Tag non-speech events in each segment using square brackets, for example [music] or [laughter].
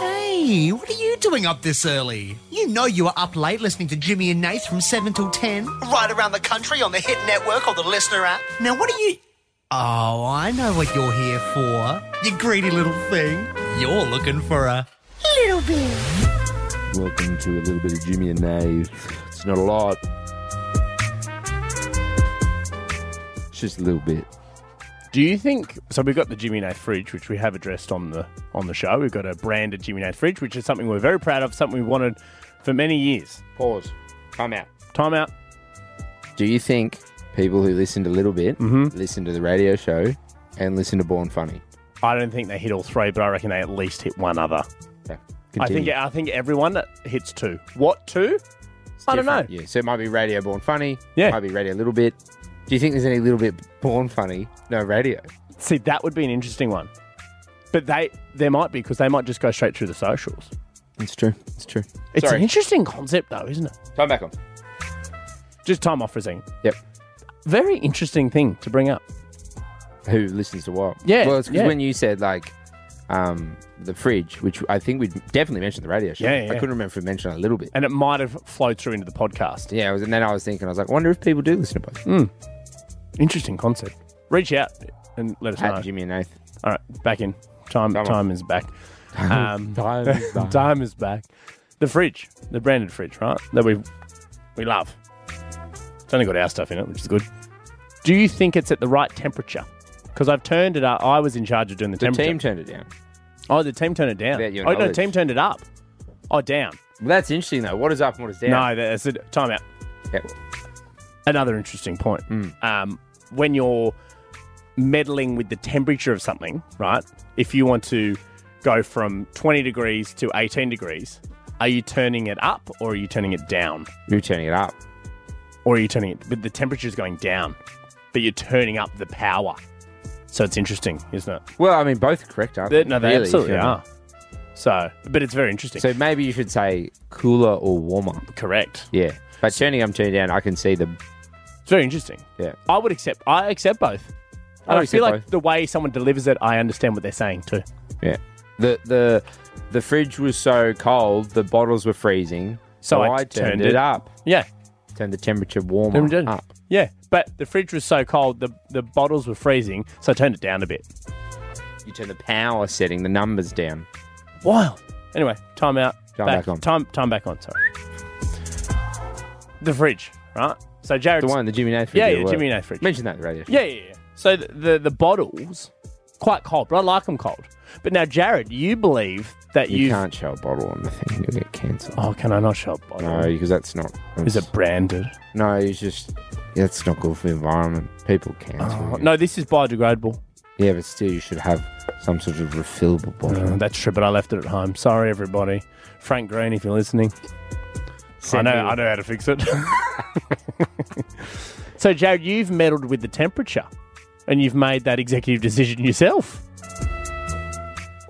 Hey, what are you doing up this early? You know you were up late listening to Jimmy and Nath from 7 till 10. Right around the country on the Hit Network or the Listener app. Now, what are you. Oh, I know what you're here for. You greedy little thing. You're looking for a. Little bit. Welcome to a little bit of Jimmy and Nave. It's not a lot. It's just a little bit. Do you think so? We've got the Jimmy Nath fridge, which we have addressed on the on the show. We've got a branded Jimmy Nath fridge, which is something we're very proud of, something we wanted for many years. Pause. Time out. Time out. Do you think people who listen to Little Bit listen to the radio show and listen to Born Funny? I don't think they hit all three, but I reckon they at least hit one other. Okay. I think continue. I think everyone hits two. What two? I don't know. Different, Yeah, so it might be radio Born Funny. Yeah. Might be radio Little Bit. Do you think there's any Little Bit Born Funny? No radio. See, that would be an interesting one. But they there might be because they might just go straight through the socials. It's true. It's true. It's Sorry. an interesting concept, though, isn't it? Time back on. Just time off for a second. Yep. Very interesting thing to bring up. who listens to what. Yeah, Well, it's because yeah. when you said like um, the fridge, which I think we definitely mentioned the radio show. Yeah, yeah. I couldn't remember if we mentioned it a little bit. And it might have flowed through into the podcast. Yeah, it was, and then I was thinking, I was like, I wonder if people do listen to both. Mm. Interesting concept. Reach out and let us At know. Jimmy and Nath. All right, back in. Time Time time, off. is back. Um, Time is back. [laughs] [laughs] time is back. The fridge, the branded fridge, right? That we we love. It's only got our stuff in it, which is good. Do you think it's at the right temperature? Because I've turned it up. I was in charge of doing the, The temperature. team turned it down. oh, the team turned it down. Without your Oh no, the knowledge. team turned it up. Oh, down. Well, that's interesting though. What is up and what is down? No, that's a time out. Yeah, well, another interesting point. Hmm. Um, when you're meddling with the temperature of something, right? If you want to go from 20 degrees to 18 degrees, are you turning it up or are you turning it down? you're turning it up. Or are you turning it, but the temperature's going down, but you're turning up the power. So it's interesting, isn't it? Well, I mean, both are correct, aren't They- they? no, they Really, if absolutely you're- are. So, but it's very interesting. So maybe you should say cooler or warmer. Correct. Yeah. But turning up, turning down, I can see the. It's very interesting. Yeah. I would accept, I accept both. I And I, accept feel like both. the way someone delivers it, I understand what they're saying too. Yeah. The the the fridge was so cold, the bottles were freezing. So I I turned turned it- it up. Yeah. Turn the temperature warmer Temperature down. up. Yeah, but the fridge was so cold, the, the bottles were freezing, so I turned it down a bit. You turn the power setting, the numbers down. Wow. Anyway, time out. Time back on. Time, time back on, sorry. The fridge, right? So Jared. The one, the Jimmy Nath fridge. Yeah, at yeah, work. Jimmy Nath fridge. Mention that in the radio. Yeah, yeah, yeah. So the, the, the bottles, quite cold, but I like them cold. But now, Jared, you believe that You you've- can't show a bottle on the thing, you'll get cancer. Oh, can I not show a bottle? No, because that's not. Oh. Is it branded? No, it's just. That's not good for the environment. People cancer. Oh, yeah. no, this is biodegradable. Yeah, but still, you should have some sort of refillable bottle. Oh, that's true, but I left it at home. Sorry, everybody. Frank Green, if you're listening. Send I know, me- I know how to fix it. so, Jared, you've meddled with the temperature, and you've made that executive decision yourself.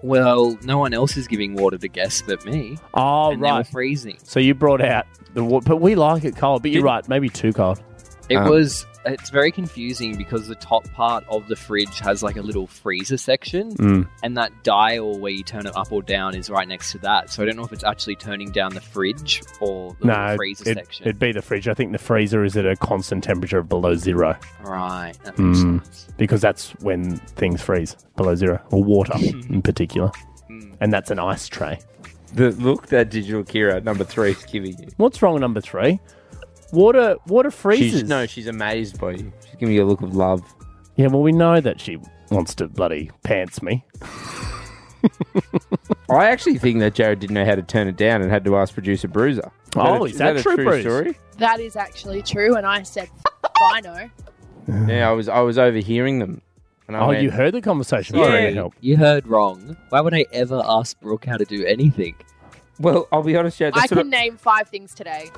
Well, no one else is giving water to guests but me. Oh, and they were right. freezing. So you brought out the water, but we like it cold. But you're right, maybe too cold. It Um, was. It's very confusing because the top part of the fridge has like a little freezer section, and that dial where you turn it up or down is right next to that. So I don't know if it's actually turning down the fridge or the No, little freezer it, section. it'd be the fridge. I think the freezer is at a constant temperature of below zero right, that makes Mm. sense. because that's when things freeze below zero, or water in particular. And that's an ice tray. The look that digital Kira number three is giving you. What's wrong with number three? Water, water freezes. She's, no, she's amazed by you. She's giving you a look of love. Yeah, well, we know that she wants to bloody pants me. I actually think that Jared didn't know how to turn it down and had to ask producer Bruiser. Oh, is that a true, Bruce? story? That is actually true. And I said, I know. Yeah, I was I was overhearing them. And I Oh, went, you heard the conversation. I Yeah. reckon help. You heard wrong. Why would I ever ask Brooke how to do anything? Well, I'll be honest, Jared. [laughs] I That's what can name five things today.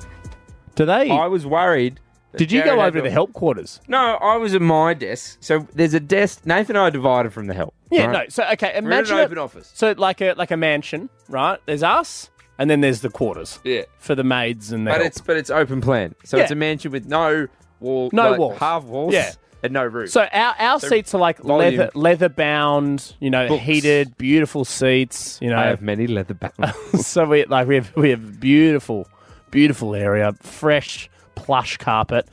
Do they? I was worried. that did you Jared go had over to the help quarters? No, I was at my desk. So there's a desk. Nathan and I are divided from the help. Yeah, right? no. So okay, We're in imagine an it- open office. So like a like a mansion, right? There's us, and then there's the quarters. Yeah. for the maids and the But help. it's but it's open plan. So it's Yeah. a mansion with no wall, No like, walls. half walls. Yeah. and no roof. So our, our So seats are like volume. leather leather bound, you know, Books. heated, beautiful seats. You know, I have many leather [laughs] bound. so we like we have we have beautiful, beautiful area, fresh plush carpet,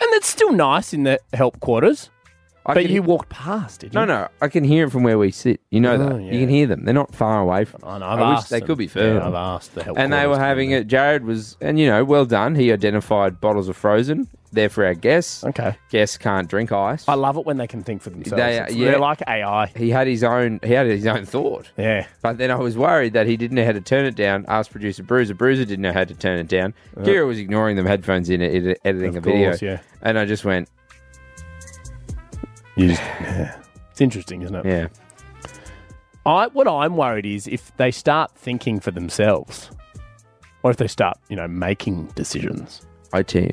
and it's still nice in the help quarters. I but can- you walked past, did you? No, no, I can hear them from where we sit. You know that. Oh, yeah. You can hear them. They're not far away from. I know, I've I wish asked they them. could be Yeah, further. I've asked the help. and they quarters were to having do it. Jared was, and you know, well done. He identified bottles of frozen. They're for our guests. that. Okay, Guests can't drink ice. I love it when they can think for themselves. They- They, yeah. They're like AI. he had his own. He had his own thought. Yeah, But then I was worried that he didn't know how to turn it down. Asked producer Bruiser. Bruiser didn't know how to turn it down. Kira was ignoring them, headphones in, edi- editing Uh, Of a video. course, yeah. And I just went, [laughs] you just, yeah. it's interesting, isn't it? yeah. I what I'm worried is if they start thinking for themselves, or if they start, you know, making decisions. I tell you,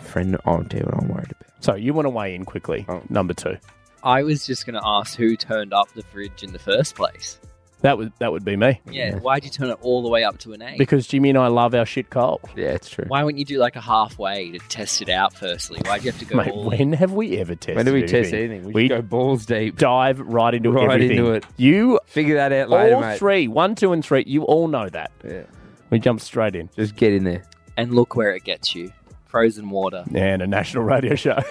friend, I'll tell you what I'm worried about. So you want to weigh in quickly. Oh. Number two. I was just going to ask who turned up the fridge in the first place. That would that would be me. Yeah, why'd you turn it all the way up to an eight? Because Jimmy and I love our shit cold. Yeah, it's true. Why wouldn't you do like a halfway to test it out? Firstly, why'd you have to [laughs] go Mate, all? when have we ever tested? When do we test anything? anything? We, We- should go balls deep. Dive right into Right everything. into it. You [laughs] Figure that out later, all mate. three, one, two, and three. You all know that. Yeah. We jump straight in. Just get in there. And look where it gets you. Frozen water. And a national radio show. [laughs]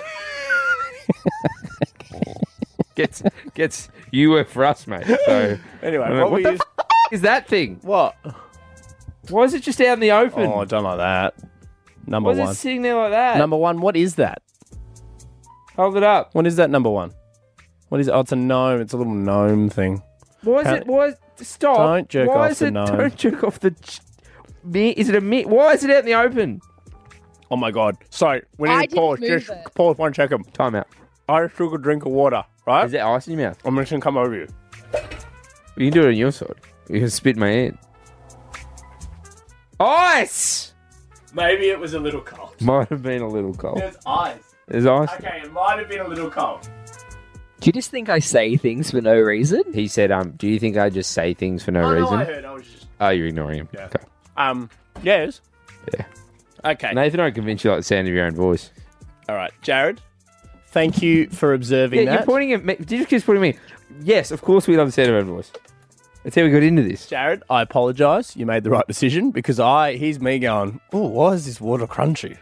Gets gets you work for us, mate. So anyway, mean, what, what we the used- [laughs] is that thing? what? Why is it just out in the open? [laughs] Oh, I don't like that. Number Why is one. it sitting there like that? Number one. What is that? Hold it up. What is that? Number one. What is? Oh, it's a gnome. It's a little gnome thing. Why is Can't- it? Why? Is, stop. Don't jerk why off is the it? [laughs] gnome. Don't jerk off the. ch- Me? Is it a me? Why is it out in the open? Oh my god. Sorry, we I need to didn't pause. move Just it. pause one second. Time out. I took a drink of water. Right. Is there ice in your mouth? I'm just gonna come over you. You can do it on your side. You can spit in my hand. Ice. Maybe it was a little cold. Might have been a little cold. There's eyes. There's ice. Okay, it might have been a little cold. Do you just think I say things for no reason? He said, "Um, do you think I just say things for no reason?" heard. I was just. Oh, you're ignoring him. Yeah. Okay. Um. Yes. Yeah. Okay. Nathan, I convince you like the sound of your own voice. All right, Jared. Thank you for observing Yeah, that. you're pointing at me. Did you just pointing at me? Yes, of course we love the sound of our own voice. That's how we got into this. Jared, I apologise. You made the right decision because I here's me going. Oh, why is this water crunchy?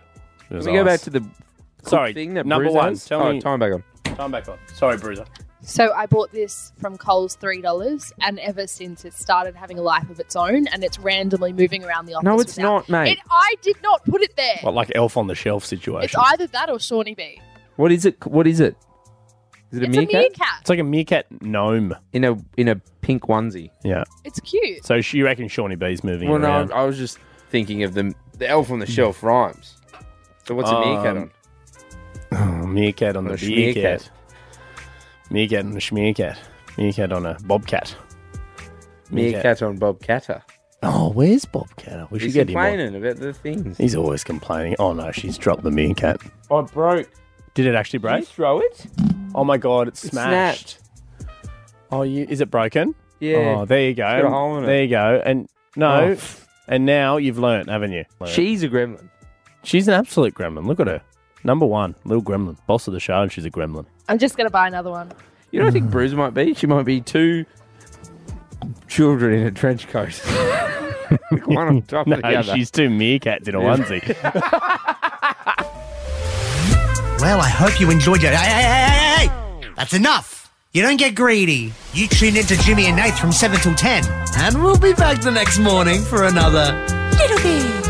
Can we go back to the cook Sorry, thing that number Bruce one, has? tell oh, me- time back on. time back on. Sorry, Bruiser. So I bought this from Coles three dollars, and ever since it started having a life of its own, and it's randomly moving around the office. No, it's without- not, mate. It, I did not put it there. What like Elf on the Shelf situation? it's either that or Shawnee B. What is it? What is it? Is it a It's meerkat? a meerkat. It's like a meerkat gnome. In a in a pink onesie. Yeah. It's cute. So she- you reckon Shawnee B's moving Well, around? no, I was just thinking of the the elf on the shelf rhymes. So what's a meerkat Um, on? Oh, meerkat on Or the a schmeerkat. beercat. Meerkat on a schmeerkat. Meerkat on a bobcat. Meerkat, on Bob Catter. Oh, where's Bobcat? We should He's get him on. complaining about the things. He's always complaining. Oh no, she's dropped the meerkat. I broke. Did it actually Did you break? throw it? Oh my god, it's It smashed. Oh, you is it broken? Yeah. Oh, there you go. got a hole in it. There you go. And Oh, no, pff. and now you've learnt, haven't you? She's a gremlin. she's an absolute gremlin. Look at her. Number one, little gremlin, boss of the show, and she's a gremlin. I'm just gonna buy another one. You know, what I Mm. think Bruiser might be. She might be two children in a trench [laughs] coat, [laughs] Like one on top No, [laughs] of the other. she's two meerkats in [laughs] a onesie. Well, I hope you enjoyed your. Hey, hey, hey, hey, hey! That's enough. You don't get greedy. You tune in to Jimmy and Nate from 7 till 10. And we'll be back the next morning for another Little bit.